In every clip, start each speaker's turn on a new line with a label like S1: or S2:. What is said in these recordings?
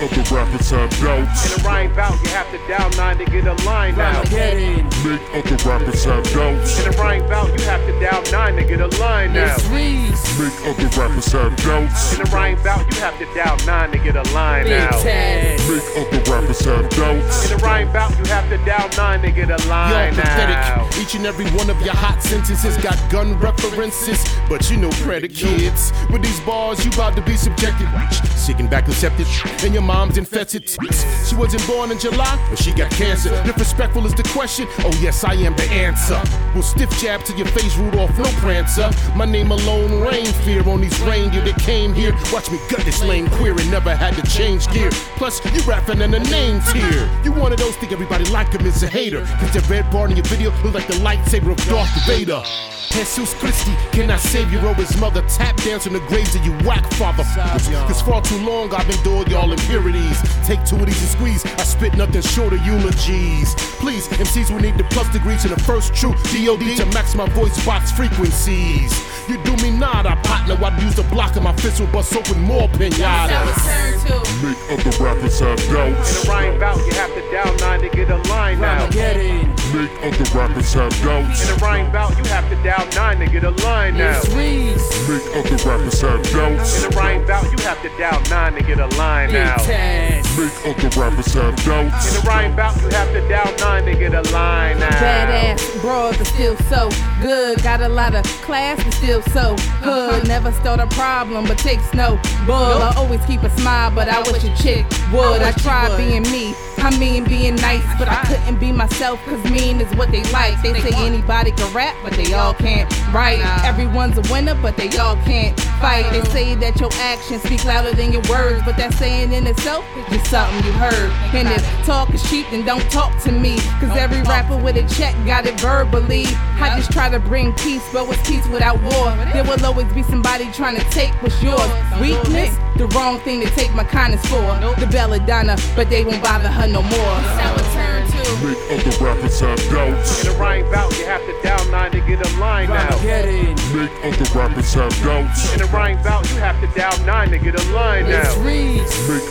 S1: Other rappers have doubts.
S2: In a rhyme bout, you have to down nine to get a line out.
S1: Make other rappers have doubts.
S2: In a rhyme bout, you have to down nine to get a line out.
S1: Make other rappers have doubts.
S2: In a rhyme bout, you have to down nine to get a line out.
S1: Make other rappers have doubts.
S2: In a rhyme bout, you have to down nine to get a
S3: Y'all
S2: line out.
S3: pathetic. Each and every one of your hot sentences got gun references, but you know predicates. With these bars, you about to be subjected. Seeking back receptive, and your mom's infested. She wasn't born in July, but she got cancer. Disrespectful is the question. Oh yes, I am the answer. Will stiff jab to your face, Rudolph, no prancer. My name alone rain fear on these reindeer that came here. Watch me gut this lame queer and never had to change gear. Plus, you rapping and the name's here. You one of those think everybody like him is a hater. Cause the red bar in your video look like the lightsaber of Darth Vader. Jesus Christi, can I save you or his mother? Tap dance in the graves of you whack father. Cause far too long I've endured y'all impurities. Take two of these and squeeze. I spit nothing short of eulogies. Please, MCs will need the plus degrees in the first true DOD to max my voice box frequencies. You do me not, I partner. I'd use the block of my fist with bust open more pinatas.
S1: Make other rappers have
S2: In
S1: doubts.
S2: a rhyme bout, you have to down nine to get a line out.
S1: Make other rappers have
S2: In
S1: doubts.
S2: a rhyme bout, you have to down nine to get a line out.
S1: Make other rappers have doubts.
S2: In a rhyme bout, you have to down nine to get a line out.
S1: Make other rappers have
S2: In a
S1: doubts.
S2: rhyme bout, you have to down nine to get a line out.
S4: Badass broad, but still so good. Got a lot of class, but still so hood. Never start a problem, but chicks no bull. I always keep a smile, but I wish a chick would. I tried being me, I mean being nice, but I couldn't be myself, cause mean is what they like. They say anybody can rap, but they all can't write. Everyone's a winner, but they all can't fight. They say that your actions speak louder than your words, but that saying in itself is just something you heard. And if talk is cheap, then don't talk to me, cause every rapper with a check got it verbally. I just try to bring peace, but what's peace without war? There will always be somebody trying to take what's yours. Weakness, the wrong thing to take my kindness for. The belladonna, but they won't bother her no more.
S1: Make other rappers have doubts.
S2: In a rhyme bout, you have to down nine to get a line out.
S1: Make other rappers have doubts.
S2: In a rhyme bout, you have to down nine to get a line out.
S1: Make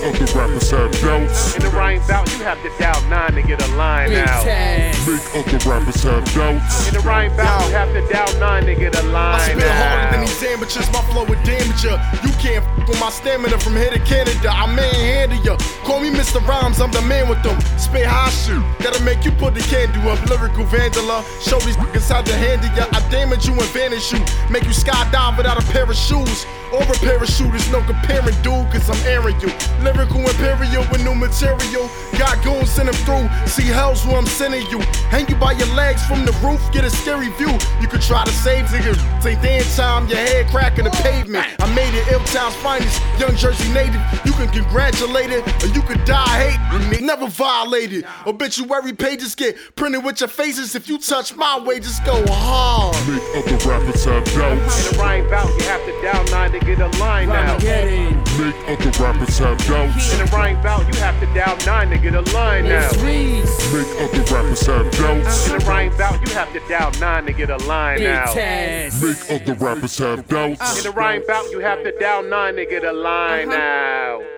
S1: other rappers have doubts.
S2: In a rhyme bout, you have to down nine to get a line out.
S1: Make other rappers have doubts.
S2: In a rhyme bout, you have to down nine to get a
S3: I
S2: line
S3: spit harder than
S2: out.
S3: these amateurs, my flow would damage ya. You can't f with my stamina from here to Canada. I manhandle ya. Call me Mr. Rhymes, I'm the man with them. Spit high shoot. That'll make you put the candle up. Lyrical vandala. Show these niggas how to handle ya. I damage you and vanish you. Make you skydive without a pair of shoes. Or a parachute is no comparing, dude, cause I'm airing you. Lyrical imperial with new material. Got goons send them through. See hell's who I'm sending you. Hang you by your legs from the roof, get a scary view. You could try to save niggas. Ain't damn time, your head cracking the pavement. I made it ill town's finest, young Jersey native. You can congratulate it, or you could die hating. Never violated. Obituary pages get printed with your faces. If you touch my way, just go hard.
S1: Make other rappers have doubts.
S2: In a rhyme bout, you have to down nine to get a line out.
S1: Make other rappers have doubts.
S2: In a rhyme bout, you have to down nine to get a line out.
S1: Make other rappers have doubts.
S2: In a rhyme bout, you have to down nine to get a line out.
S1: Make other rappers have doubts.
S3: Uh-huh.
S2: In a rhyme bout, you have to down nine to get a line out.